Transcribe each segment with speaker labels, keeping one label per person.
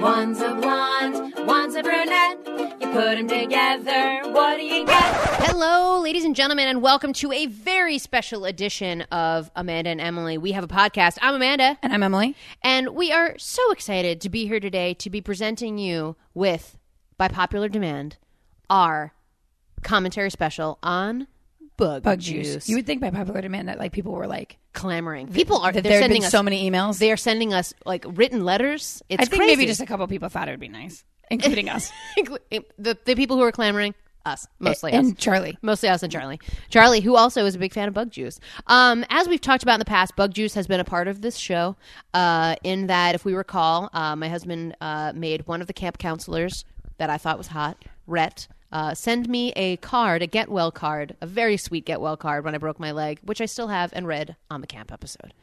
Speaker 1: One's a blonde, one's a brunette. You put them together, what do you get?
Speaker 2: Hello, ladies and gentlemen, and welcome to a very special edition of Amanda and Emily. We have a podcast. I'm Amanda,
Speaker 3: And I'm Emily.
Speaker 2: and we are so excited to be here today to be presenting you with, by popular demand, our commentary special on bug,
Speaker 3: Bug
Speaker 2: juice.
Speaker 3: juice. You would think by popular demand that like people were like
Speaker 2: Clamoring. People are they're
Speaker 3: that there have been
Speaker 2: sending us
Speaker 3: so many emails.
Speaker 2: They are sending us like written letters. It's
Speaker 3: I think
Speaker 2: crazy.
Speaker 3: maybe just a couple people thought it would be nice, including us
Speaker 2: the the people who are clamoring us mostly us.
Speaker 3: and Charlie.
Speaker 2: Mostly us and Charlie. Charlie, who also is a big fan of Bug Juice. Um, as we've talked about in the past, Bug Juice has been a part of this show. Uh, in that, if we recall, uh, my husband uh, made one of the camp counselors that I thought was hot, Rhett, uh, send me a card, a get well card, a very sweet get well card when I broke my leg, which I still have and read on the camp episode.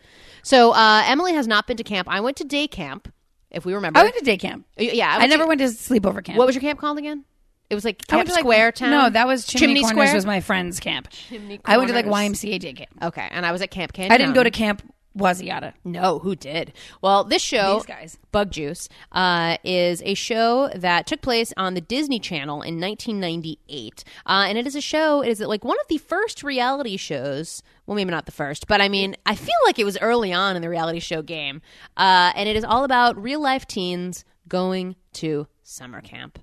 Speaker 2: So uh, Emily has not been to camp. I went to day camp, if we remember.
Speaker 3: I went to day camp.
Speaker 2: yeah,
Speaker 3: Oh, I
Speaker 2: to-
Speaker 3: never went to sleepover camp.
Speaker 2: What was your camp called again? It was like
Speaker 3: I
Speaker 2: Camp
Speaker 3: went to like-
Speaker 2: Square Town.
Speaker 3: No, that was Chimney, Corners
Speaker 2: Square.
Speaker 3: was my friend's camp. I went to like
Speaker 2: Corners. Oh,
Speaker 3: YMCA day camp.
Speaker 2: Okay, and I was at Camp Canyon.
Speaker 3: I didn't go to camp Wasiata.
Speaker 2: No, who did? Well, this show,
Speaker 3: These guys.
Speaker 2: Bug Juice, uh, is a show that took place on the Disney Channel in 1998, uh, and it is a show. It is like one of the first reality shows. Well, maybe not the first, but I mean, I feel like it was early on in the reality show game, uh, and it is all about real life teens going to summer camp.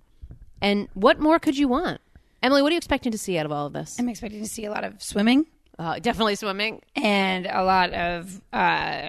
Speaker 2: And what more could you want, Emily? What are you expecting to see out of all of this?
Speaker 3: I'm expecting to see a lot of swimming
Speaker 2: Uh, definitely swimming.
Speaker 3: and a lot of uh,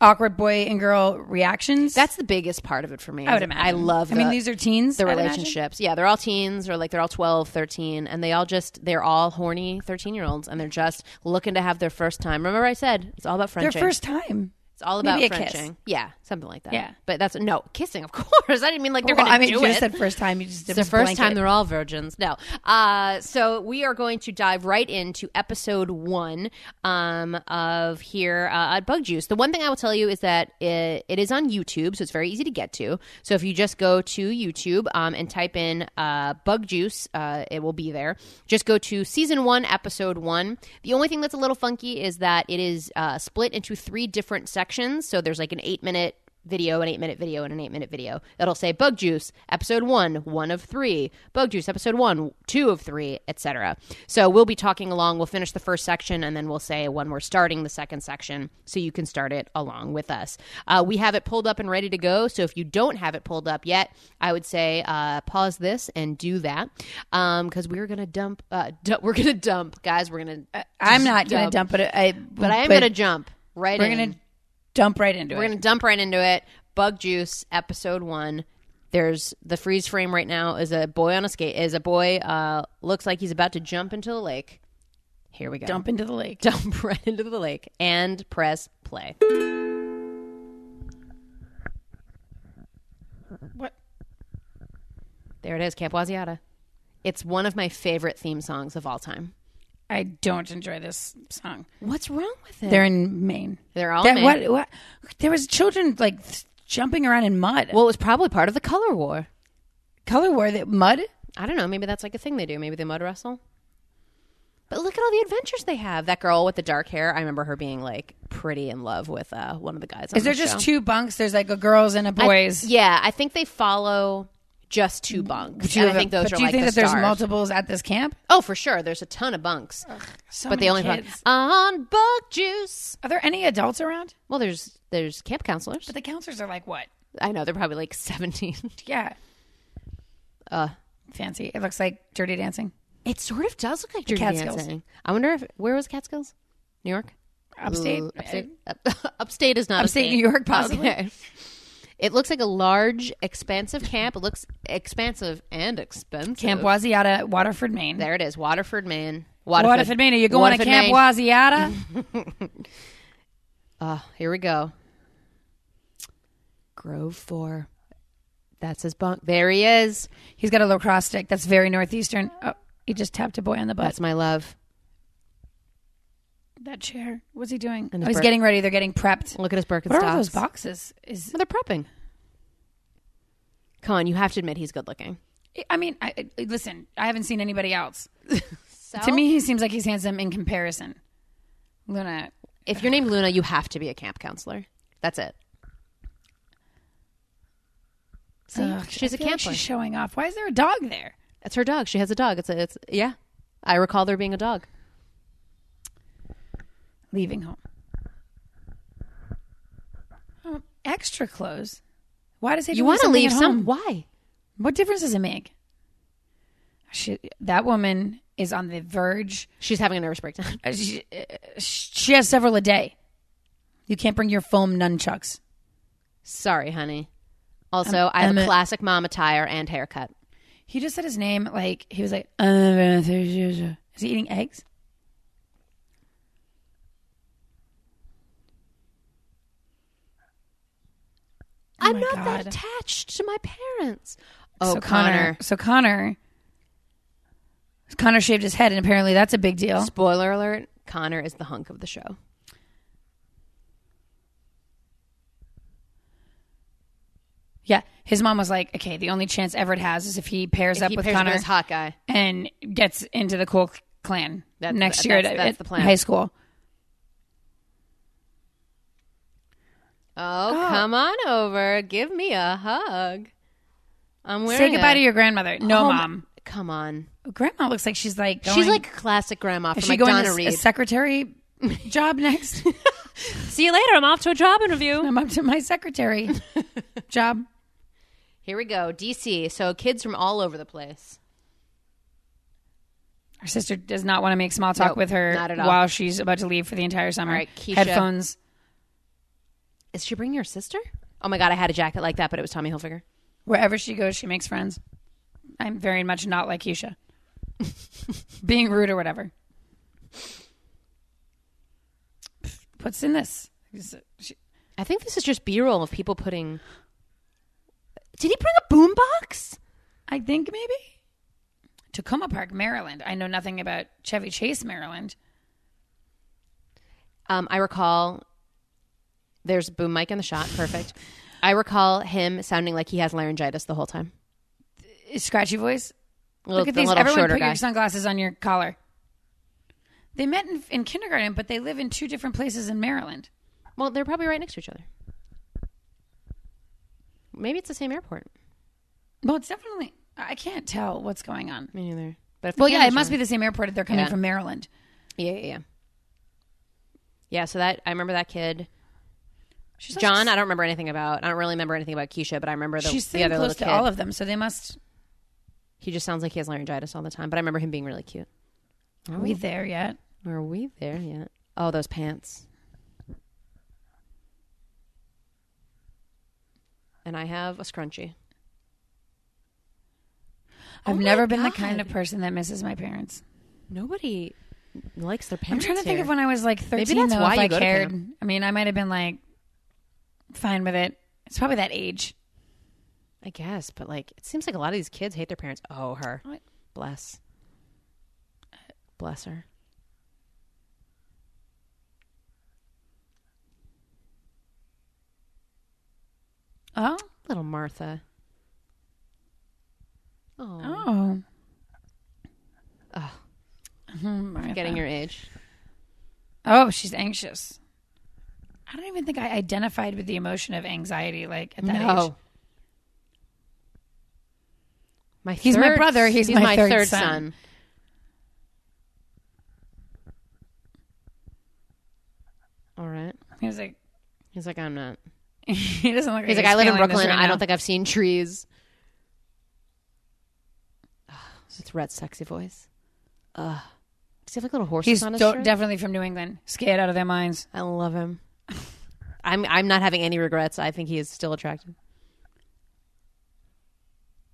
Speaker 3: awkward boy and girl reactions.
Speaker 2: That's the biggest part of it for me.
Speaker 3: I would imagine.
Speaker 2: I love.
Speaker 3: I mean,
Speaker 2: the-
Speaker 3: these are teens.
Speaker 2: the
Speaker 3: I'd imagine.
Speaker 2: relationships. Yeah, they're all teens or like they're all 12, 13 and they all just they're all horny 13-year-olds and they're just looking to have their first time. Remember I said it's all about
Speaker 3: Their
Speaker 2: frenching.
Speaker 3: first time.
Speaker 2: it's all about
Speaker 3: maybe a kiss.
Speaker 2: frenching. Yeah, something like that.
Speaker 3: Yeah.
Speaker 2: But that's no, kissing of course. I didn't mean like they're
Speaker 3: Well,
Speaker 2: going
Speaker 3: I
Speaker 2: to
Speaker 3: mean,
Speaker 2: do
Speaker 3: you
Speaker 2: it.
Speaker 3: just said first time. You just did
Speaker 2: It's the first time they're all virgins. No. Uh, so we are going to dive right into episode one um, of here uh, at Bug Juice. The one thing I will tell you is that it, it is on YouTube, so it's very easy to get to. So if you just go to YouTube um, and type in uh, Bug Juice, uh, it will be there. Just go to season one, episode one. The only thing that's a little funky is that it is uh, split into three different sections. So there's like an eight minute video, an eight minute video, and an eight minute video. It'll say Bug Juice, episode one, one of three, Bug Juice, episode one, two of three, etc. So we'll be talking along. We'll finish the first section, and then we'll say when we're starting the second section, so you can start it along with us. Uh, we have it pulled up and ready to go. So if you don't have it pulled up yet, I would say uh, pause this and do that because we're gonna dump. Uh, du- we're gonna dump, guys. We're gonna,
Speaker 3: I'm not going
Speaker 2: Dub.
Speaker 3: to dump it. I,
Speaker 2: but I am gonna jump right.
Speaker 3: We're
Speaker 2: in.
Speaker 3: going to dump right into
Speaker 2: We're
Speaker 3: it.
Speaker 2: going to dump right into it. Bug Juice, episode one. There's the freeze frame right now is a boy on a skate, is a boy, uh, looks like he's about to jump into the lake. Here we go.
Speaker 3: dump into the lake.
Speaker 2: Dump right into the lake and press play.
Speaker 3: What?
Speaker 2: There it is, Camp Wasiata. It's one of my favorite theme songs of all time.
Speaker 3: I don't enjoy this song.
Speaker 2: What's wrong with it?
Speaker 3: They're in Maine.
Speaker 2: They're all
Speaker 3: That-
Speaker 2: Maine.
Speaker 3: What, what? There was children like th- jumping around in mud.
Speaker 2: well, it was probably part of the color war.
Speaker 3: color were that mud?
Speaker 2: I don't know. Maybe that's like a thing they do. Maybe they mud wrestle. But look at all the adventures they have. That girl with the dark hair. I remember her being like pretty in love with uh, one of the guys. On
Speaker 3: Is there
Speaker 2: the
Speaker 3: just
Speaker 2: show.
Speaker 3: two bunks? There's like a girls and a boys. Mm-hmm.
Speaker 2: Yeah, I think they follow just two bunks.
Speaker 3: Do you
Speaker 2: And I
Speaker 3: have a-
Speaker 2: think those
Speaker 3: but
Speaker 2: are
Speaker 3: do you
Speaker 2: like
Speaker 3: think
Speaker 2: the
Speaker 3: that there's
Speaker 2: stars.
Speaker 3: multiples at this camp?
Speaker 2: Oh, for sure. There's a ton of bunks,
Speaker 3: So
Speaker 2: but
Speaker 3: many
Speaker 2: they only
Speaker 3: kids.
Speaker 2: bunk- on bunk juice.
Speaker 3: Are there any adults around?
Speaker 2: Well, there's there's camp counselors.
Speaker 3: But the counselors are like what?
Speaker 2: I know they're probably like 17.
Speaker 3: Yeah,
Speaker 2: Uh,
Speaker 3: fancy. It looks like Dirty Dancing.
Speaker 2: it sort of does look like Dirty
Speaker 3: Catskills.
Speaker 2: Dancing. I wonder if where was Catskills? New York.
Speaker 3: Upstate,
Speaker 2: Ooh, upstate, up- upstate is not
Speaker 3: Upstate
Speaker 2: a state.
Speaker 3: New York, possibly.
Speaker 2: Okay. It looks like a large, expansive camp. It looks expansive and expensive.
Speaker 3: Camp Wasiata, Waterford, Maine.
Speaker 2: There it is, Waterford, Maine.
Speaker 3: Waterford, Maine. Are you going
Speaker 2: Waterford,
Speaker 3: to Camp
Speaker 2: Maine. Mm-hmm.
Speaker 3: Wasiata?
Speaker 2: Oh, here we go. Grove Four. That's his bunk. There he is.
Speaker 3: He's got a lacrosse stick. That's very northeastern. Oh, he just tapped a boy on the butt.
Speaker 2: That's my love.
Speaker 3: that chair. What's he doing?
Speaker 2: And
Speaker 3: Oh,
Speaker 2: his
Speaker 3: he's
Speaker 2: bird.
Speaker 3: getting ready. They're getting prepped.
Speaker 2: Look at his Birkenstocks.
Speaker 3: What are all those boxes? Is
Speaker 2: Oh, they're prepping. Come on, you have to admit he's good looking.
Speaker 3: I mean, I, I- listen. I haven't seen anybody else.
Speaker 2: So?
Speaker 3: To me, he seems like he's handsome in comparison. Luna,
Speaker 2: if you're named Luna, you have to be a camp counselor. That's it. See,
Speaker 3: Ugh,
Speaker 2: she's
Speaker 3: I
Speaker 2: a
Speaker 3: feel like
Speaker 2: camper.
Speaker 3: she's showing off. Why is there a dog there?
Speaker 2: It's her dog. She has a dog. It's a, it's yeah. I recall there being a dog.
Speaker 3: Leaving home. Oh, extra clothes. Why does it?
Speaker 2: You want to leave some?
Speaker 3: some?
Speaker 2: Why?
Speaker 3: What difference does it make? She, that woman is on the verge.
Speaker 2: She's having a nervous breakdown.
Speaker 3: Uh, She, uh, she has several a day. You can't bring your foam nunchucks.
Speaker 2: Sorry, honey. Also, i have a
Speaker 3: Emma-
Speaker 2: classic mom attire and haircut.
Speaker 3: He just said his name like he was like. "Uh, Is he eating eggs?
Speaker 2: I'm not that
Speaker 3: God.
Speaker 2: attached to my parents. Oh,
Speaker 3: so Connor.
Speaker 2: Connor.
Speaker 3: So Connor. Connor shaved his head, and apparently that's a big deal.
Speaker 2: Spoiler alert: Connor is the hunk of the show.
Speaker 3: Yeah, his mom was like, "Okay, the only chance Everett has is if he pairs up
Speaker 2: he
Speaker 3: with
Speaker 2: pairs
Speaker 3: Connor
Speaker 2: with hot guy.
Speaker 3: and gets into the cool clan
Speaker 2: That's-
Speaker 3: next
Speaker 2: that's-
Speaker 3: year at,
Speaker 2: that's
Speaker 3: at
Speaker 2: the plan.
Speaker 3: high school."
Speaker 2: Oh, come on over. Give me a hug. I'm wearing.
Speaker 3: Say goodbye
Speaker 2: a-
Speaker 3: to your grandmother. No,
Speaker 2: Oh, my-
Speaker 3: mom.
Speaker 2: Come on.
Speaker 3: Grandma looks like she's like going,
Speaker 2: She's like classic grandma from
Speaker 3: is she
Speaker 2: like
Speaker 3: going
Speaker 2: Donna
Speaker 3: to s-
Speaker 2: Reed.
Speaker 3: a secretary job next?
Speaker 2: See you later. I'm off to a job interview.
Speaker 3: I'm up to my secretary job.
Speaker 2: Here we go. DC. So kids from all over the place.
Speaker 3: Her sister does not want to make small talk
Speaker 2: Nope,
Speaker 3: with her
Speaker 2: not at all.
Speaker 3: while she's about to leave for the entire summer.
Speaker 2: All right, Keisha.
Speaker 3: Headphones.
Speaker 2: Is she bringing her sister? Oh my god, I had a jacket like that, but it was Tommy Hilfiger.
Speaker 3: Wherever she goes, she makes friends. I'm very much not like Keisha. Being rude or whatever. What's in this? Is it- she-
Speaker 2: I think this is just B-roll of people putting. Did he bring a boombox?
Speaker 3: I think maybe Tacoma Park, Maryland. I know nothing about Chevy Chase, Maryland.
Speaker 2: Um, I recall. There's a boom mic in the shot. Perfect. I recall him sounding like he has laryngitis the whole time.
Speaker 3: Is Scratchy voice.
Speaker 2: Little-
Speaker 3: Look at
Speaker 2: the
Speaker 3: these.
Speaker 2: little
Speaker 3: Everyone
Speaker 2: shorter
Speaker 3: put
Speaker 2: guy.
Speaker 3: your sunglasses on your collar. They met in, in kindergarten, but they live in two different places in Maryland.
Speaker 2: Well, they're probably right next to each other. Maybe it's the same airport.
Speaker 3: Well, it's definitely. I can't tell what's going on.
Speaker 2: Me neither. But if
Speaker 3: Well, yeah, it must be the same airport if they're coming
Speaker 2: Yeah.
Speaker 3: from Maryland.
Speaker 2: Yeah, yeah, yeah. Yeah. So that I remember that kid,
Speaker 3: She's also
Speaker 2: John. I don't remember anything about. I don't really remember anything about Keisha, but I remember the,
Speaker 3: She's
Speaker 2: the
Speaker 3: sitting
Speaker 2: other
Speaker 3: close
Speaker 2: little
Speaker 3: to
Speaker 2: kid.
Speaker 3: all of them, so they must
Speaker 2: he just sounds like he has laryngitis all the time. But I remember him being really cute. Oh.
Speaker 3: are we there yet?
Speaker 2: Are we there yet? Oh, those pants. And I have a scrunchie. Oh
Speaker 3: I've
Speaker 2: my
Speaker 3: never been the kind
Speaker 2: God.
Speaker 3: of person that misses my parents.
Speaker 2: Nobody likes their
Speaker 3: I'm
Speaker 2: pants.
Speaker 3: trying to think
Speaker 2: here.
Speaker 3: of when I was like 13
Speaker 2: that's
Speaker 3: though
Speaker 2: why
Speaker 3: if
Speaker 2: you
Speaker 3: I
Speaker 2: go to
Speaker 3: cared. I mean, I might have been like fine with it. It's probably that age.
Speaker 2: I guess, but like it seems like a lot of these kids hate their parents. Oh, her.
Speaker 3: What?
Speaker 2: Bless. Bless her.
Speaker 3: Oh.
Speaker 2: Little Martha. Oh,
Speaker 3: Oh.
Speaker 2: Ugh.
Speaker 3: Mm-hmm, Martha.
Speaker 2: getting your age.
Speaker 3: Oh, she's anxious. I don't even think I identified with the emotion of anxiety like at that age.
Speaker 2: My
Speaker 3: He's my
Speaker 2: third-
Speaker 3: brother, he's my third son.
Speaker 2: All right.
Speaker 3: He was like
Speaker 2: He's like, I'm not.
Speaker 3: he doesn't look
Speaker 2: He's like, I live in Brooklyn. I don't think I've seen trees. Ugh, it's Rhett's sexy voice. Ugh. Does he have like little horses
Speaker 3: he's
Speaker 2: on his
Speaker 3: do-
Speaker 2: shirt?
Speaker 3: definitely from New England. Scared out of their minds.
Speaker 2: I love him. I'm I'm not having any regrets. I think he is still attractive.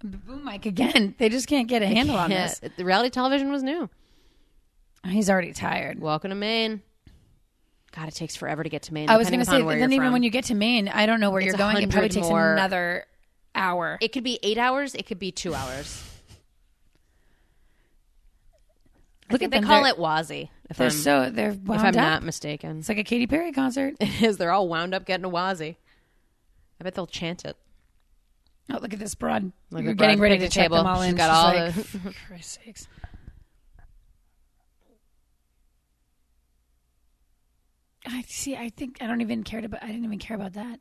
Speaker 3: The boom mic again. They just can't get a handle on
Speaker 2: Yeah,
Speaker 3: this.
Speaker 2: the reality television was new.
Speaker 3: He's already tired.
Speaker 2: Welcome to Maine. God, it takes forever to get to Maine.
Speaker 3: I was
Speaker 2: going to
Speaker 3: say, then even when you get to Maine, I don't know where you're going. It
Speaker 2: 100
Speaker 3: probably takes
Speaker 2: more-
Speaker 3: another hour.
Speaker 2: it could be eight hours, it could be two hours. I
Speaker 3: Look
Speaker 2: think
Speaker 3: at
Speaker 2: they
Speaker 3: them.
Speaker 2: call
Speaker 3: They're-
Speaker 2: it Wazi. If
Speaker 3: They're
Speaker 2: I'm,
Speaker 3: so they're
Speaker 2: if
Speaker 3: wound
Speaker 2: I'm
Speaker 3: up.
Speaker 2: not mistaken,
Speaker 3: It's like a Katy Perry concert.
Speaker 2: it is. They're all wound up getting a Wazi. I bet they'll chant it.
Speaker 3: Oh, look at this broad.
Speaker 2: Look
Speaker 3: You're
Speaker 2: at
Speaker 3: getting
Speaker 2: broad.
Speaker 3: ready
Speaker 2: Pick the
Speaker 3: to check
Speaker 2: table.
Speaker 3: them all
Speaker 2: She's
Speaker 3: in.
Speaker 2: got all
Speaker 3: She's like, "For Christ's sakes." I see. I think I don't even cared about. I didn't even care about that.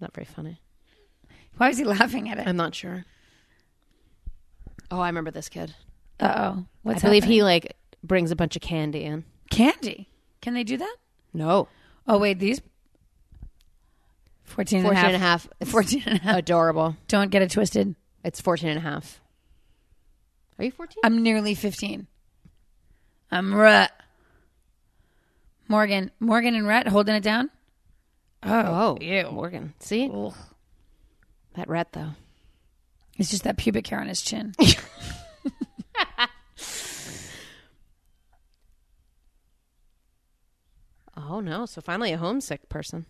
Speaker 2: Not very funny.
Speaker 3: Why was he laughing at it?
Speaker 2: I'm not sure. Oh, I remember this kid.
Speaker 3: Uh oh. What's
Speaker 2: I believe
Speaker 3: happening?
Speaker 2: he like brings a bunch of candy in.
Speaker 3: candy. Can they do that?
Speaker 2: No.
Speaker 3: Oh wait, these 14 and a
Speaker 2: 14
Speaker 3: half.
Speaker 2: and a half. It's
Speaker 3: 14 and a half.
Speaker 2: adorable.
Speaker 3: Don't get it twisted.
Speaker 2: It's 14 and a half. Are you 14?
Speaker 3: I'm nearly 15. I'm Rut. Morgan. Morgan and Rut holding it down?
Speaker 2: Oh,
Speaker 3: ew.
Speaker 2: Morgan. See?
Speaker 3: Ugh.
Speaker 2: That rat, though.
Speaker 3: It's just that pubic hair on his chin.
Speaker 2: Oh, no. So finally a homesick person.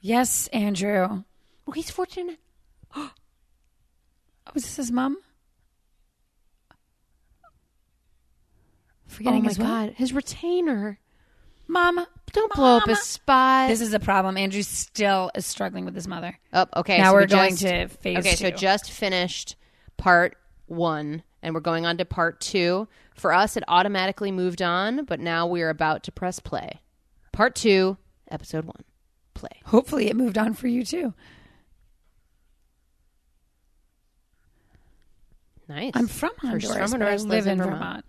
Speaker 3: yes, Andrew.
Speaker 2: Oh, he's 14.
Speaker 3: Oh, is this his mom?
Speaker 2: Oh,
Speaker 3: Forgetting
Speaker 2: Oh, my
Speaker 3: his what?
Speaker 2: God. His retainer.
Speaker 3: Mom,
Speaker 2: Don't blow up
Speaker 3: Mom.
Speaker 2: his spot.
Speaker 3: This is a problem. Andrew still is struggling with his mother.
Speaker 2: Oh, okay.
Speaker 3: Now
Speaker 2: so
Speaker 3: we're
Speaker 2: we
Speaker 3: going
Speaker 2: just-
Speaker 3: to phase
Speaker 2: Okay, so
Speaker 3: two.
Speaker 2: just finished part one, and we're going on to part two. For us, it automatically moved on, but now we are about to press play. Part two, episode one. Play.
Speaker 3: Hopefully, it moved on for you too.
Speaker 2: Nice.
Speaker 3: I'm from
Speaker 2: First
Speaker 3: Honduras.
Speaker 2: from
Speaker 3: but I
Speaker 2: Honduras,
Speaker 3: live
Speaker 2: lives
Speaker 3: in
Speaker 2: in
Speaker 3: Vermont.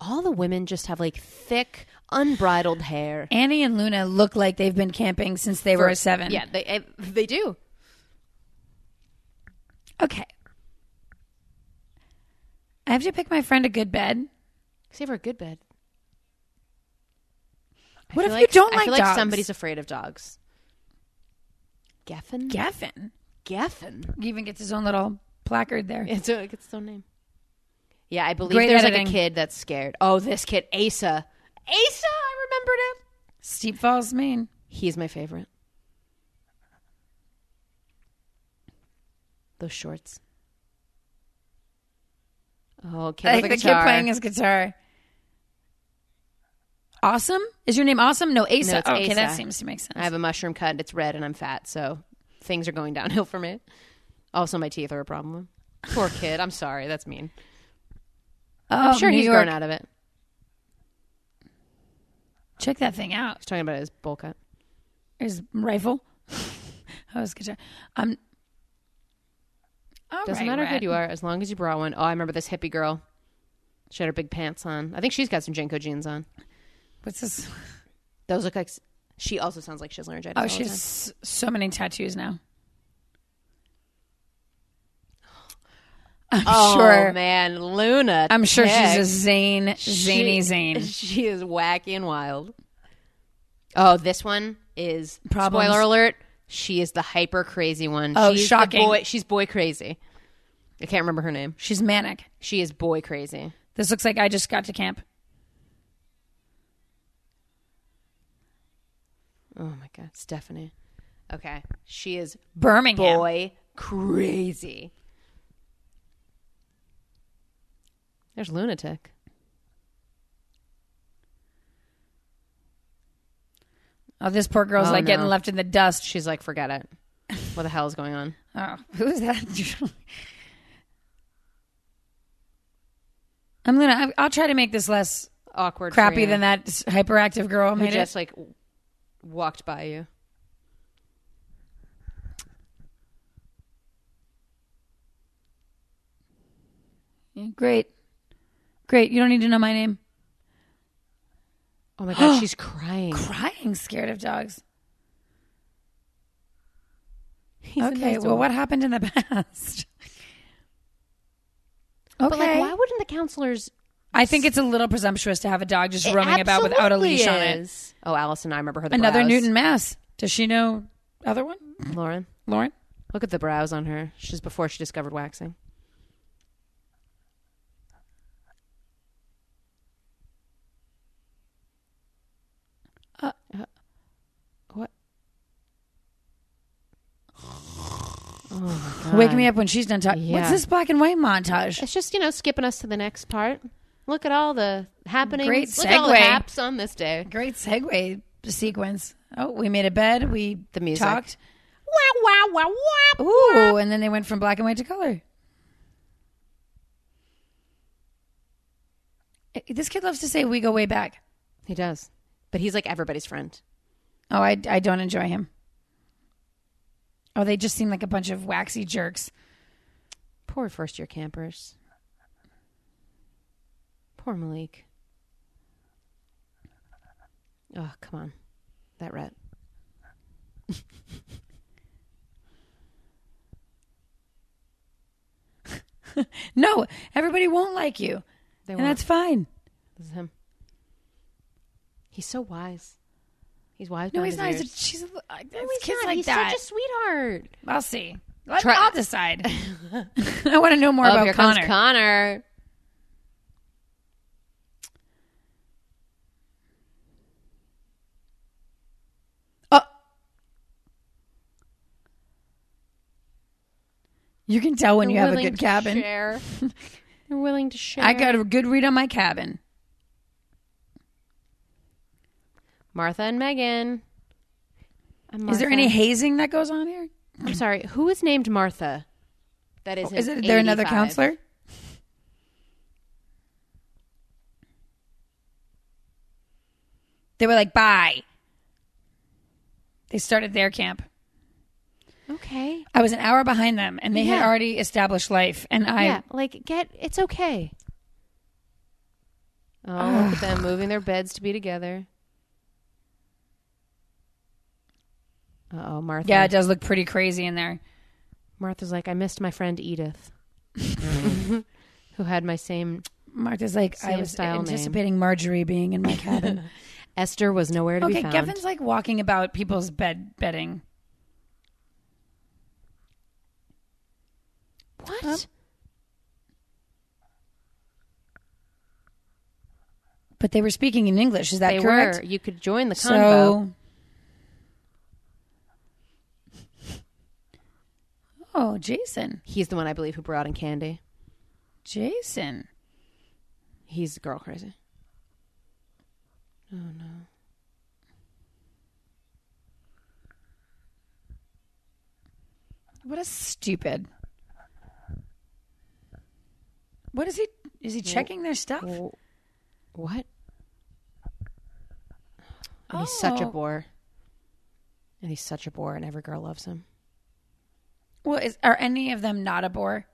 Speaker 2: All the women just have like thick, unbridled hair.
Speaker 3: Annie and Luna look like they've been camping since they were seven.
Speaker 2: Yeah, they eh, they do.
Speaker 3: Okay. I have to pick my friend a good bed.
Speaker 2: Save her a good bed. I
Speaker 3: What if
Speaker 2: feel
Speaker 3: you don't
Speaker 2: I
Speaker 3: like
Speaker 2: feel
Speaker 3: dogs?
Speaker 2: like somebody's afraid of dogs. Geffen?
Speaker 3: Geffen.
Speaker 2: Geffen.
Speaker 3: He even gets his own little placard there.
Speaker 2: It's a, it's their name. Yeah, I believe
Speaker 3: Great
Speaker 2: there's like
Speaker 3: editing.
Speaker 2: a kid that's scared. Oh, this kid, Asa. Asa, I remembered him.
Speaker 3: Steep Falls, Maine.
Speaker 2: He's my favorite. Those shorts. Oh, kid
Speaker 3: Like
Speaker 2: with
Speaker 3: the
Speaker 2: a
Speaker 3: kid
Speaker 2: guitar.
Speaker 3: playing his guitar. Awesome? Is your name Awesome? No, Asa.
Speaker 2: No, it's
Speaker 3: okay, that
Speaker 2: Asa.
Speaker 3: seems to make sense.
Speaker 2: I have a mushroom cut and it's red and I'm fat, so things are going downhill for me. Also, my teeth are a problem. Poor kid. I'm sorry. That's mean.
Speaker 3: oh,
Speaker 2: I'm sure
Speaker 3: New
Speaker 2: he's
Speaker 3: York.
Speaker 2: grown out of it.
Speaker 3: Check that thing out.
Speaker 2: He's talking about his bowl cut.
Speaker 3: His rifle. oh, his guitar. I'm. All
Speaker 2: Doesn't
Speaker 3: right,
Speaker 2: matter how
Speaker 3: Red.
Speaker 2: good you are, as long as you brought one. Oh, I remember this hippie girl. She had her big pants on. I think she's got some Jenko jeans on.
Speaker 3: What's this?
Speaker 2: Those look like. She also sounds like she has laryngitis.
Speaker 3: Oh,
Speaker 2: all
Speaker 3: she
Speaker 2: the time.
Speaker 3: has s- so many tattoos now. I'm
Speaker 2: Oh
Speaker 3: sure.
Speaker 2: man, Luna.
Speaker 3: I'm sure she's
Speaker 2: Tech.
Speaker 3: a zane, zany
Speaker 2: She-
Speaker 3: zane.
Speaker 2: She is wacky and wild. Oh, this one is
Speaker 3: Problems.
Speaker 2: spoiler alert. She is the hyper crazy one.
Speaker 3: Oh,
Speaker 2: she's the
Speaker 3: shocking.
Speaker 2: Boy, she's boy crazy. I can't remember her name.
Speaker 3: She's manic.
Speaker 2: She is boy crazy.
Speaker 3: This looks like I just got to camp.
Speaker 2: Oh my god, Stephanie. Okay, she is
Speaker 3: Birmingham.
Speaker 2: boy crazy. There's lunatic.
Speaker 3: Oh, this poor girl's
Speaker 2: Oh,
Speaker 3: like getting
Speaker 2: no.
Speaker 3: left in the dust.
Speaker 2: She's like, forget it. What the hell is going on?
Speaker 3: Oh, who's that? I'm Luna. I- I'll try to make this less
Speaker 2: Awkward,
Speaker 3: crappy
Speaker 2: than
Speaker 3: than
Speaker 2: that.
Speaker 3: that s- hyperactive girl
Speaker 2: who
Speaker 3: made
Speaker 2: just
Speaker 3: it.
Speaker 2: like w- walked by you.
Speaker 3: Great, great. You don't need to know my name.
Speaker 2: Oh my god, she's crying.
Speaker 3: Crying, scared of dogs.
Speaker 2: He's a
Speaker 3: okay,
Speaker 2: nice
Speaker 3: well,
Speaker 2: dog.
Speaker 3: what happened in the past? okay.
Speaker 2: But like, why wouldn't the counselors
Speaker 3: I think it's a little presumptuous to have a dog just roaming about
Speaker 2: Absolutely
Speaker 3: without a leash on it.
Speaker 2: is. Oh, Allison, I remember her. The
Speaker 3: Another
Speaker 2: brows.
Speaker 3: Newton Mass. Does she know other one?
Speaker 2: Lauren,
Speaker 3: Lauren?
Speaker 2: look at the brows on her. She's before she discovered waxing.
Speaker 3: Uh,
Speaker 2: Uh, what? Oh my
Speaker 3: Wake me
Speaker 2: God.
Speaker 3: up when she's done talking. What's
Speaker 2: Yeah.
Speaker 3: this black and white montage?
Speaker 2: It's just you know skipping us to the next part. Look at all the happenings.
Speaker 3: Great
Speaker 2: Look at all the
Speaker 3: segue.
Speaker 2: haps on this day.
Speaker 3: Great segue sequence. Oh, we made a bed. We
Speaker 2: The music.
Speaker 3: talked.
Speaker 2: Wow! Wow! Wow! Wow!
Speaker 3: Ooh, and then they went from black and white to color. Eh, This kid loves to say we go way back.
Speaker 2: He does. But he's like everybody's friend.
Speaker 3: Oh, I, I don't enjoy him. Oh, they just seem like a bunch of waxy jerks.
Speaker 2: Poor first year campers. Poor Malik. Oh, come on. That rat.
Speaker 3: No, everybody won't like you.
Speaker 2: They
Speaker 3: and
Speaker 2: won't.
Speaker 3: that's fine.
Speaker 2: This is him. He's so wise. He's wise.
Speaker 3: No,
Speaker 2: beyond
Speaker 3: he's
Speaker 2: his
Speaker 3: not. He's a,
Speaker 2: years.
Speaker 3: she's a, I-
Speaker 2: He's
Speaker 3: kids
Speaker 2: not.
Speaker 3: like
Speaker 2: He's
Speaker 3: that.
Speaker 2: such a sweetheart.
Speaker 3: I'll see. Let,
Speaker 2: Try-
Speaker 3: I'll decide. I want to know more
Speaker 2: Oh,
Speaker 3: about
Speaker 2: here
Speaker 3: Connor.
Speaker 2: comes Connor.
Speaker 3: oh. You can tell when you have a
Speaker 2: Willing to
Speaker 3: good cabin.
Speaker 2: Share. They're willing to share.
Speaker 3: I got a good read on my cabin.
Speaker 2: Martha and Megan. I'm
Speaker 3: Is there
Speaker 2: Martha.
Speaker 3: any hazing that goes on here?
Speaker 2: I'm sorry. Who is named Martha? That is.
Speaker 3: Is it, there another
Speaker 2: 85.
Speaker 3: counselor? They were like, bye. They started their camp.
Speaker 2: Okay.
Speaker 3: I was an hour behind them, and they had
Speaker 2: Yeah.
Speaker 3: already established life. And I,
Speaker 2: yeah. Like get. It's okay. Oh, look at them moving their beds to be together. Uh oh, Martha.
Speaker 3: yeah, it does look pretty crazy in there.
Speaker 2: Martha's like, I missed my friend Edith, who had my same.
Speaker 3: Martha's like, I
Speaker 2: Same
Speaker 3: was
Speaker 2: style name.
Speaker 3: anticipating Marjorie being in my cabin.
Speaker 2: Esther was nowhere to be
Speaker 3: okay,
Speaker 2: found.
Speaker 3: Kevin's like walking about people's bed bedding.
Speaker 2: what?
Speaker 3: But they were speaking in English. Is that
Speaker 2: they
Speaker 3: correct?
Speaker 2: were. You could join the
Speaker 3: So
Speaker 2: convo.
Speaker 3: Oh, Jason.
Speaker 2: He's the one I believe who brought in candy.
Speaker 3: Jason.
Speaker 2: He's girl crazy.
Speaker 3: What a stupid. What is he is he checking their stuff?
Speaker 2: What? And he's such a
Speaker 3: Oh.
Speaker 2: bore. And he's such a bore, and every girl loves him.
Speaker 3: Well, is are any of them not a bore?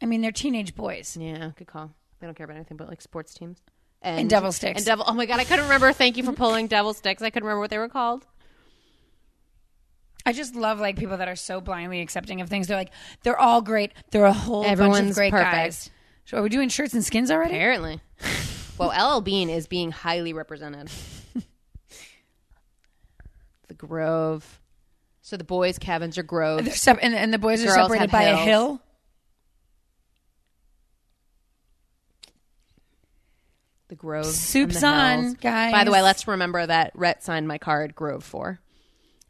Speaker 3: I mean, they're teenage boys.
Speaker 2: Yeah, good call. They don't care about anything but like sports teams
Speaker 3: And devil sticks.
Speaker 2: And devil. Oh my god, I couldn't remember. Thank you for pulling devil sticks. I couldn't remember what they were called.
Speaker 3: I just love like people that are so blindly accepting of things. They're like, they're all great. They're a whole bunch
Speaker 2: Everyone's
Speaker 3: of great
Speaker 2: perfect.
Speaker 3: guys. So are we doing shirts and skins already?
Speaker 2: Apparently. well, LL Bean is being highly represented. the Grove. So the boys' cabins are
Speaker 3: They're
Speaker 2: groves.
Speaker 3: sep- and, and the boys are
Speaker 2: Girls
Speaker 3: separated
Speaker 2: have
Speaker 3: by a
Speaker 2: hills.
Speaker 3: hill.
Speaker 2: The Grove. and
Speaker 3: Soup's
Speaker 2: the
Speaker 3: on,
Speaker 2: Hells.
Speaker 3: guys.
Speaker 2: By the way, let's remember that Rhett signed my card Grove 4.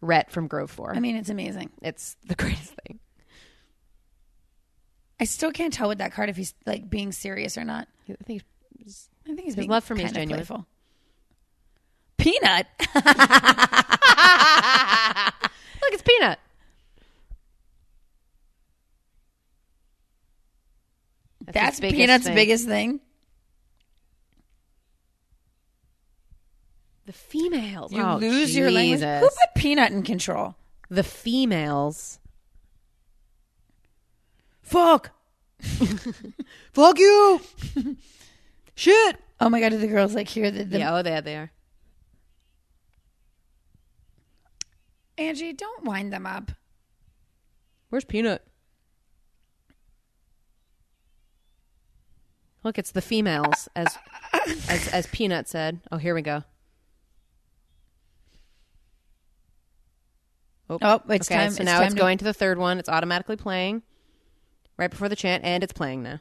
Speaker 2: Rhett from Grove 4.
Speaker 3: I mean, it's amazing.
Speaker 2: it's the greatest thing.
Speaker 3: I still can't tell with that card if he's like being serious or not.
Speaker 2: I think
Speaker 3: I think
Speaker 2: His
Speaker 3: he's being
Speaker 2: love for me is
Speaker 3: kind
Speaker 2: genuine.
Speaker 3: of playful. Peanut.
Speaker 2: Look, it's Peanut. That's, his
Speaker 3: That's
Speaker 2: biggest
Speaker 3: Peanut's
Speaker 2: thing.
Speaker 3: biggest thing.
Speaker 2: The females.
Speaker 3: You
Speaker 2: Oh,
Speaker 3: lose your language. Who
Speaker 2: Jesus.
Speaker 3: put Peanut in control?
Speaker 2: The females.
Speaker 3: Fuck.
Speaker 2: Fuck you. Shit.
Speaker 3: Oh my god, do the girls like hear the, the
Speaker 2: yeah, oh, there they are.
Speaker 3: Angie, don't wind them up.
Speaker 2: Where's Peanut? Look, it's the females, as as as Peanut said. Oh, here we go.
Speaker 3: Oh, it's
Speaker 2: okay,
Speaker 3: time.
Speaker 2: so now
Speaker 3: time
Speaker 2: it's
Speaker 3: to-
Speaker 2: going to the third one. It's automatically playing right before the chant, and it's playing now.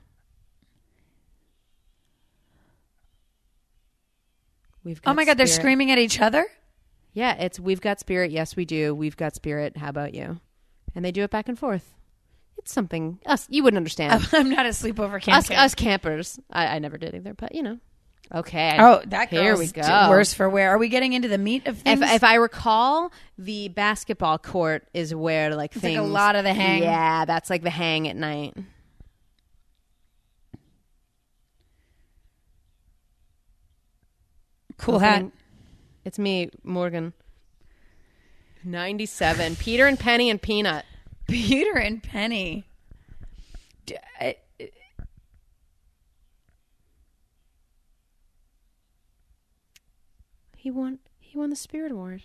Speaker 2: We've got
Speaker 3: Oh my god, they're
Speaker 2: spirit.
Speaker 3: screaming at each other.
Speaker 2: Yeah, it's we've got spirit. Yes, we do. We've got spirit. How about you? And they do it back and forth. It's something us you wouldn't understand.
Speaker 3: I'm not a sleepover camp.
Speaker 2: us
Speaker 3: kid.
Speaker 2: us campers. I, I never did either, but you know. Okay.
Speaker 3: Oh, that
Speaker 2: here
Speaker 3: girl's
Speaker 2: we
Speaker 3: d-
Speaker 2: go.
Speaker 3: worse for wear. Are we getting into the meat of
Speaker 2: If,
Speaker 3: things?
Speaker 2: if I recall, the basketball court is where like
Speaker 3: like,
Speaker 2: things
Speaker 3: a lot of the hang.
Speaker 2: Yeah, that's like the hang at night.
Speaker 3: Cool hat.
Speaker 2: It's me, Morgan. 97. Peter and Penny and Peanut.
Speaker 3: Peter and Penny. D- I-
Speaker 2: He won he won the Spirit Award.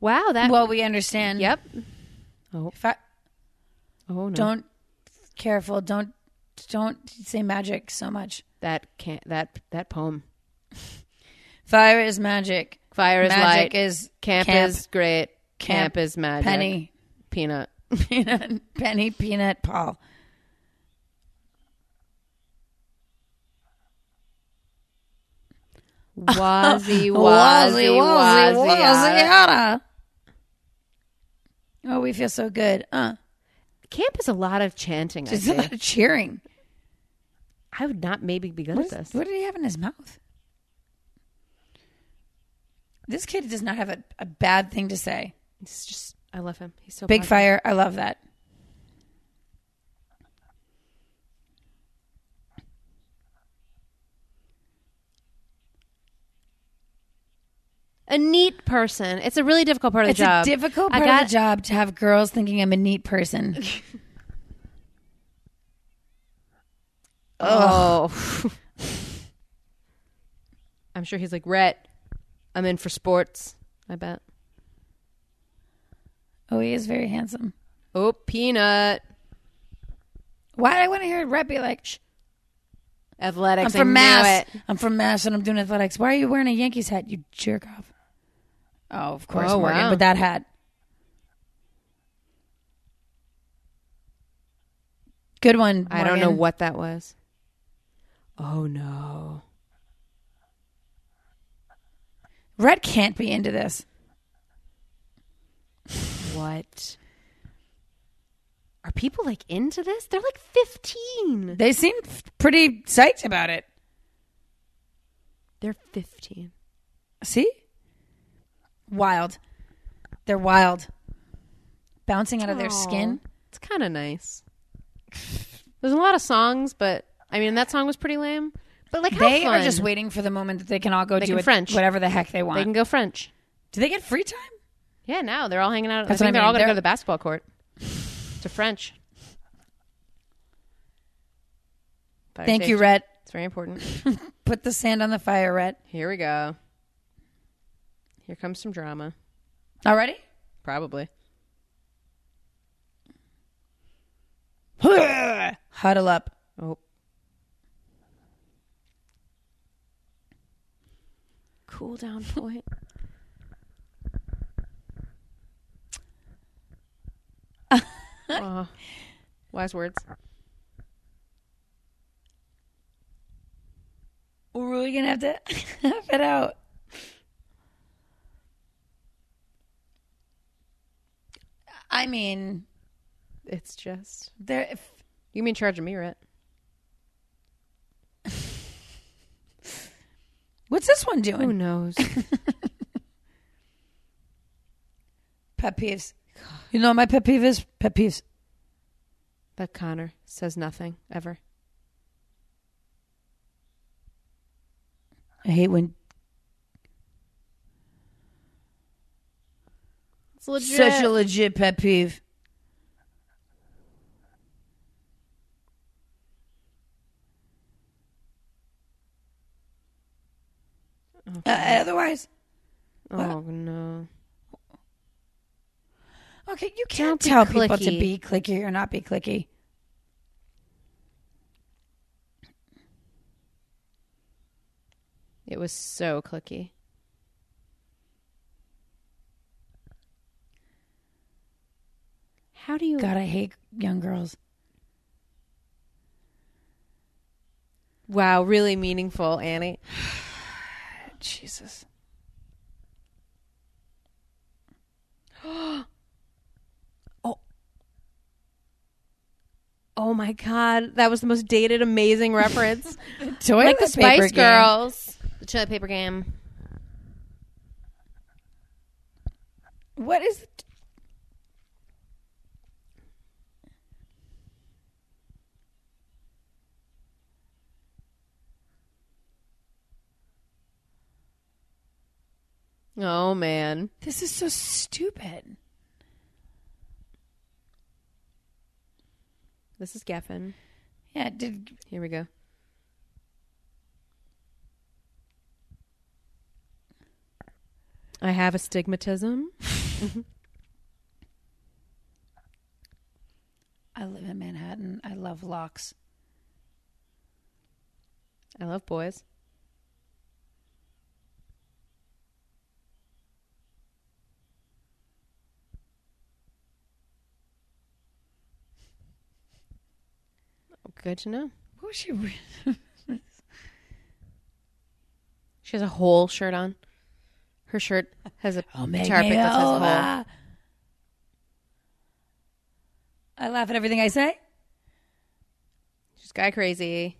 Speaker 2: Wow, that
Speaker 3: Well, we understand.
Speaker 2: Yep.
Speaker 3: If I,
Speaker 2: Oh no.
Speaker 3: don't careful. Don't don't say magic so much.
Speaker 2: that can't that that poem.
Speaker 3: Fire is magic.
Speaker 2: Fire is
Speaker 3: magic
Speaker 2: light.
Speaker 3: is
Speaker 2: camp, is great. Camp,
Speaker 3: Camp,
Speaker 2: is magic.
Speaker 3: Penny
Speaker 2: Peanut.
Speaker 3: peanut Penny peanut Paul.
Speaker 2: Wazzy, wazzy,
Speaker 3: Wazzy, wazzy,
Speaker 2: wazzy,
Speaker 3: wazzy,
Speaker 2: wazzy.
Speaker 3: yada. Oh, we feel so good. Uh,
Speaker 2: Camp is a lot of chanting. I,
Speaker 3: just a
Speaker 2: think.
Speaker 3: lot of cheering.
Speaker 2: I would not maybe be good
Speaker 3: What,
Speaker 2: at
Speaker 3: is,
Speaker 2: this.
Speaker 3: what did he have in his mouth? This kid does not have a, a bad thing to say.
Speaker 2: It's just I love him. He's so
Speaker 3: Big
Speaker 2: positive.
Speaker 3: fire. I love that.
Speaker 2: A neat person. It's a really difficult part of
Speaker 3: It's
Speaker 2: the job.
Speaker 3: a difficult
Speaker 2: I
Speaker 3: part
Speaker 2: got-
Speaker 3: of the job to have girls thinking I'm a neat person.
Speaker 2: Oh. I'm sure he's like, Rhett, I'm in for sports. I bet.
Speaker 3: oh, he is very handsome.
Speaker 2: Oh, Peanut.
Speaker 3: Why do I want to hear Rhett be like, Shh, I'm
Speaker 2: Athletics. I
Speaker 3: from
Speaker 2: knew
Speaker 3: Mass.
Speaker 2: it.
Speaker 3: I'm from Mass and I'm doing athletics. Why are you wearing a Yankees hat, you jerk off? Oh, of course,
Speaker 2: Oh,
Speaker 3: Morgan,
Speaker 2: wow.
Speaker 3: with that hat. Good one.
Speaker 2: I don't know
Speaker 3: Morgan.
Speaker 2: what that was. Oh, no.
Speaker 3: Rhett can't be into this.
Speaker 2: What? Are people like into this? They're like 15.
Speaker 3: They seem f- pretty psyched about it.
Speaker 2: They're 15.
Speaker 3: See? Wild. They're wild. Bouncing out of their skin.
Speaker 2: It's kind of nice. There's a lot of songs, but I mean, that song was pretty lame. But like, how
Speaker 3: They are
Speaker 2: fun.
Speaker 3: just waiting for the moment that they can all go do
Speaker 2: can
Speaker 3: it,
Speaker 2: French.
Speaker 3: whatever the heck they want.
Speaker 2: They can go French.
Speaker 3: do they get free time?
Speaker 2: Yeah, now they're all hanging out.
Speaker 3: That's
Speaker 2: I think
Speaker 3: what I
Speaker 2: they're all
Speaker 3: mean.
Speaker 2: going to go to
Speaker 3: They're-
Speaker 2: the basketball court. To French. Fire
Speaker 3: Thank you,
Speaker 2: safety.
Speaker 3: Rhett.
Speaker 2: It's very important.
Speaker 3: Put the sand on the fire, Rhett.
Speaker 2: Here we go. Here comes some drama.
Speaker 3: Already?
Speaker 2: Probably.
Speaker 3: Huddle up.
Speaker 2: Oh. Cool down point. Aw, Uh-huh. wise words.
Speaker 3: We're really gonna have to have it out. I mean,
Speaker 2: It's just.
Speaker 3: there. If,
Speaker 2: You mean charging me, right?
Speaker 3: what's this one doing?
Speaker 2: Who knows?
Speaker 3: Pet peeves. You know what my pet peeve is pet peeves.
Speaker 2: that Connor says nothing ever.
Speaker 3: I hate when
Speaker 2: It's legit.
Speaker 3: such a legit pet peeve. Uh, otherwise,
Speaker 2: oh no.
Speaker 3: okay, you can't
Speaker 2: Don't be
Speaker 3: tell people to
Speaker 2: clicky.
Speaker 3: be clicky or not be clicky.
Speaker 2: It was so clicky. How do you
Speaker 3: God, I hate young girls.
Speaker 2: Wow, really meaningful, Annie.
Speaker 3: Jesus.
Speaker 2: Oh my god, that was the most dated amazing reference.
Speaker 3: Toilet
Speaker 2: like the
Speaker 3: paper
Speaker 2: Spice
Speaker 3: game.
Speaker 2: Girls. The toilet paper game.
Speaker 3: What is?
Speaker 2: Oh man.
Speaker 3: This is so stupid.
Speaker 2: This is Geffen.
Speaker 3: Yeah, did
Speaker 2: Here we go. I have astigmatism.
Speaker 3: I live in Manhattan. I love locks.
Speaker 2: I love boys. Good to know.
Speaker 3: What was she? re-
Speaker 2: She has a whole shirt on. Her shirt has a guitar pick that says whole.
Speaker 3: over. I laugh at everything I say.
Speaker 2: She's guy crazy.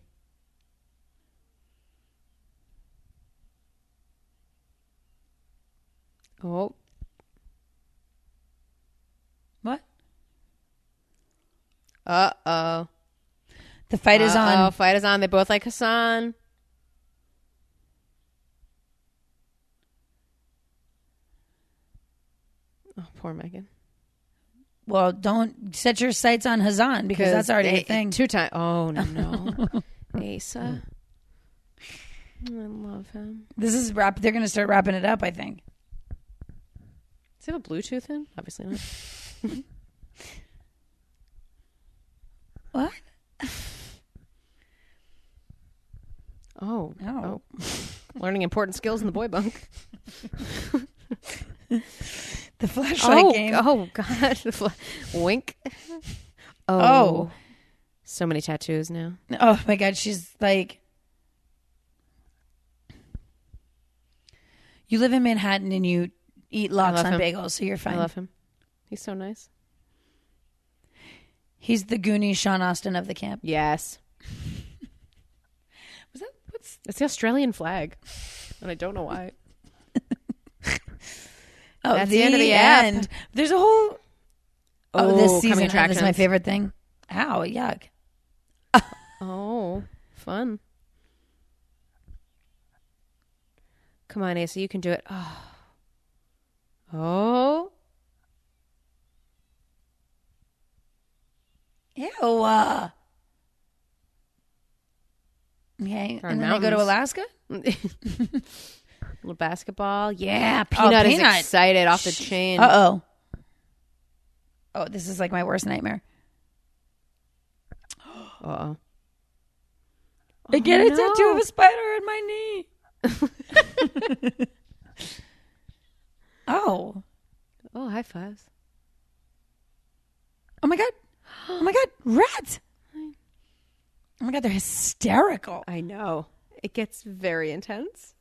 Speaker 2: Oh,
Speaker 3: What?
Speaker 2: uh oh.
Speaker 3: The fight is
Speaker 2: Uh-oh,
Speaker 3: on.
Speaker 2: Fight is on. They both like Hassan. Oh, poor Megan.
Speaker 3: Well, don't set your sights on Hazan because that's already
Speaker 2: they,
Speaker 3: a thing.
Speaker 2: Two times. Oh no, no. Asa. I love him.
Speaker 3: This is wrap. They're going to start wrapping it up. I think.
Speaker 2: Does he have a Bluetooth in? Obviously not.
Speaker 3: What?
Speaker 2: Oh,
Speaker 3: No.
Speaker 2: learning important skills in the boy bunk.
Speaker 3: The flashlight
Speaker 2: oh,
Speaker 3: game.
Speaker 2: oh God. The fla- Wink.
Speaker 3: Oh.
Speaker 2: so many tattoos now.
Speaker 3: Oh my god, she's like You live in Manhattan and you eat lots
Speaker 2: love
Speaker 3: on
Speaker 2: him.
Speaker 3: bagels, so you're
Speaker 2: I
Speaker 3: fine.
Speaker 2: love him. He's so nice.
Speaker 3: He's the Goonie Sean Austin of the camp.
Speaker 2: Yes.
Speaker 3: Was that what's
Speaker 2: It's the Australian flag, and I don't know why.
Speaker 3: Oh,
Speaker 2: That's the end of the app.
Speaker 3: There's a whole Oh, this
Speaker 2: coming
Speaker 3: season oh, this is my
Speaker 2: attractions.
Speaker 3: favorite thing. Ow, yuck.
Speaker 2: Oh, fun. Come on, Asa, you can do it. Oh. Oh.
Speaker 3: Ew. Uh. Okay.
Speaker 2: Or
Speaker 3: and then I go to
Speaker 2: mountains.
Speaker 3: Alaska?
Speaker 2: Little basketball. Yeah.
Speaker 3: Yeah,
Speaker 2: Peanut,
Speaker 3: oh,
Speaker 2: is excited off the chain.
Speaker 3: Uh oh. Oh, this is like my worst nightmare.
Speaker 2: Uh-oh.
Speaker 3: I get a
Speaker 2: Oh, no.
Speaker 3: tattoo of a spider in my knee. oh.
Speaker 2: Oh, high fives.
Speaker 3: Oh my god. Oh my god. Rats. Oh my god, they're hysterical.
Speaker 2: I know. It gets very intense.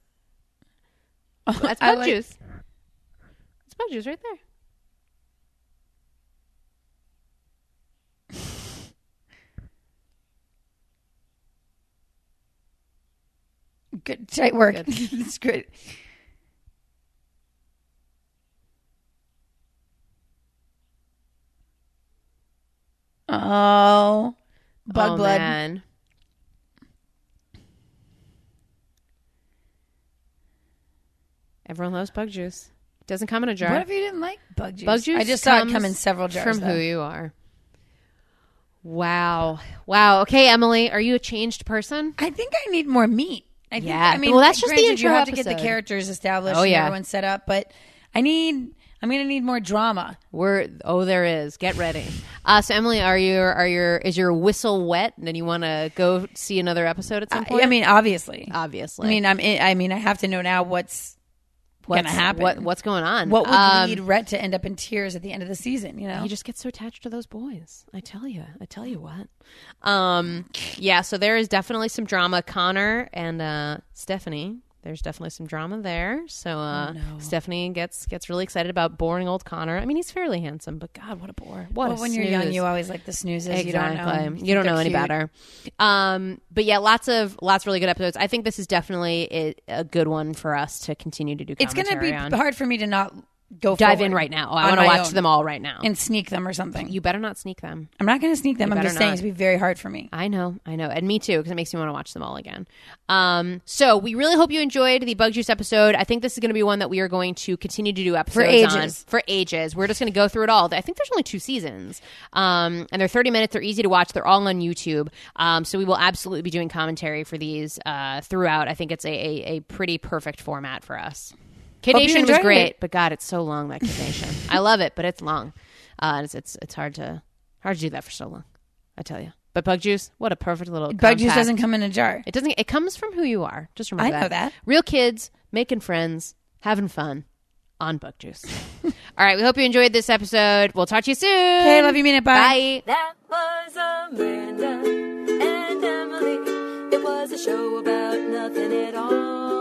Speaker 2: That's
Speaker 3: I
Speaker 2: bug
Speaker 3: like-
Speaker 2: juice. It's bug juice right there.
Speaker 3: Good tight work.
Speaker 2: Good.
Speaker 3: it's good. Oh, bug
Speaker 2: Oh,
Speaker 3: blood.
Speaker 2: man. Everyone loves bug juice. Doesn't come in a jar.
Speaker 3: What if you didn't like bug juice?
Speaker 2: Bug juice.
Speaker 3: I just saw it come
Speaker 2: comes
Speaker 3: in several jars.
Speaker 2: From
Speaker 3: though.
Speaker 2: who you are. Wow. Wow. Okay, Emily, are you a changed person?
Speaker 3: I think I need more meat. I think,
Speaker 2: Yeah.
Speaker 3: I mean,
Speaker 2: Well, that's just the
Speaker 3: granted, You
Speaker 2: intro
Speaker 3: have to get the
Speaker 2: episode.
Speaker 3: characters established
Speaker 2: Oh,
Speaker 3: and
Speaker 2: yeah.
Speaker 3: everyone set up, but I need. I'm gonna need more drama.
Speaker 2: We're oh, there is. Get ready. Uh, so Emily, are your are your is your whistle wet? And you want to go see another episode at some
Speaker 3: I,
Speaker 2: point?
Speaker 3: I mean, obviously.
Speaker 2: obviously.
Speaker 3: I mean, I'm. In, I mean, I have to know now what's,
Speaker 2: what's
Speaker 3: gonna happen.
Speaker 2: What what's going on?
Speaker 3: what would
Speaker 2: Um,
Speaker 3: lead Rhett to end up in tears at the end of the season. You know,
Speaker 2: You just get so attached to those boys. I tell you, I tell you what. Um, yeah, so there is definitely some drama. Connor and uh, Stephanie, there's definitely some drama there. So uh, Stephanie gets gets really excited about boring old Connor. I mean, he's fairly handsome, but God, what a bore! What
Speaker 3: Well,
Speaker 2: a
Speaker 3: when you're young,
Speaker 2: snooze.
Speaker 3: you always like the snoozes. You don't know.
Speaker 2: Exactly.
Speaker 3: think
Speaker 2: You don't
Speaker 3: they're
Speaker 2: know any
Speaker 3: cute.
Speaker 2: better. Um, but yeah, lots of lots of really good episodes. I think this is definitely a, a good one for us to continue to do.
Speaker 3: It's gonna be
Speaker 2: commentary on.
Speaker 3: hard for me to not go
Speaker 2: dive in
Speaker 3: forward
Speaker 2: right now. Oh, I
Speaker 3: on
Speaker 2: want to
Speaker 3: my
Speaker 2: watch
Speaker 3: own
Speaker 2: them all right now.
Speaker 3: and sneak them or something.
Speaker 2: you better not sneak them.
Speaker 3: I'm not going to sneak them. I'm
Speaker 2: better
Speaker 3: just saying
Speaker 2: not. Uh,
Speaker 3: it's gonna be very hard for me.
Speaker 2: I know, I know, and me too, because it makes me want to watch them all again. Um, so we really hope you enjoyed the Bug Juice episode. I think this is going to be one that we are going to continue to do episodes on
Speaker 3: ages.
Speaker 2: for ages. We're just going to go through it all. I think there's only two seasons, um, and they're 30 minutes. They're easy to watch. They're all on YouTube. Um, so we will absolutely be doing commentary for these uh, throughout. I think it's a, a, a pretty perfect format for us. Kid
Speaker 3: Hope you
Speaker 2: Nation was
Speaker 3: enjoyed
Speaker 2: great,
Speaker 3: it.
Speaker 2: but God, it's so long that Kid Nation. I love it, but it's long. Uh, it's, it's it's hard to hard to do that for so long. I tell you. But bug juice, what a perfect little
Speaker 3: Bug juice
Speaker 2: compact-
Speaker 3: doesn't come in a jar.
Speaker 2: It doesn't. It comes from who you are. Just remember
Speaker 3: I know that.
Speaker 2: Real kids making friends, having fun on bug juice. All right, we hope you enjoyed this episode. We'll talk to you soon.
Speaker 3: Hey, love you, mean it. Bye.
Speaker 2: Bye.
Speaker 1: That was Amanda and Emily. It was a show about nothing at all.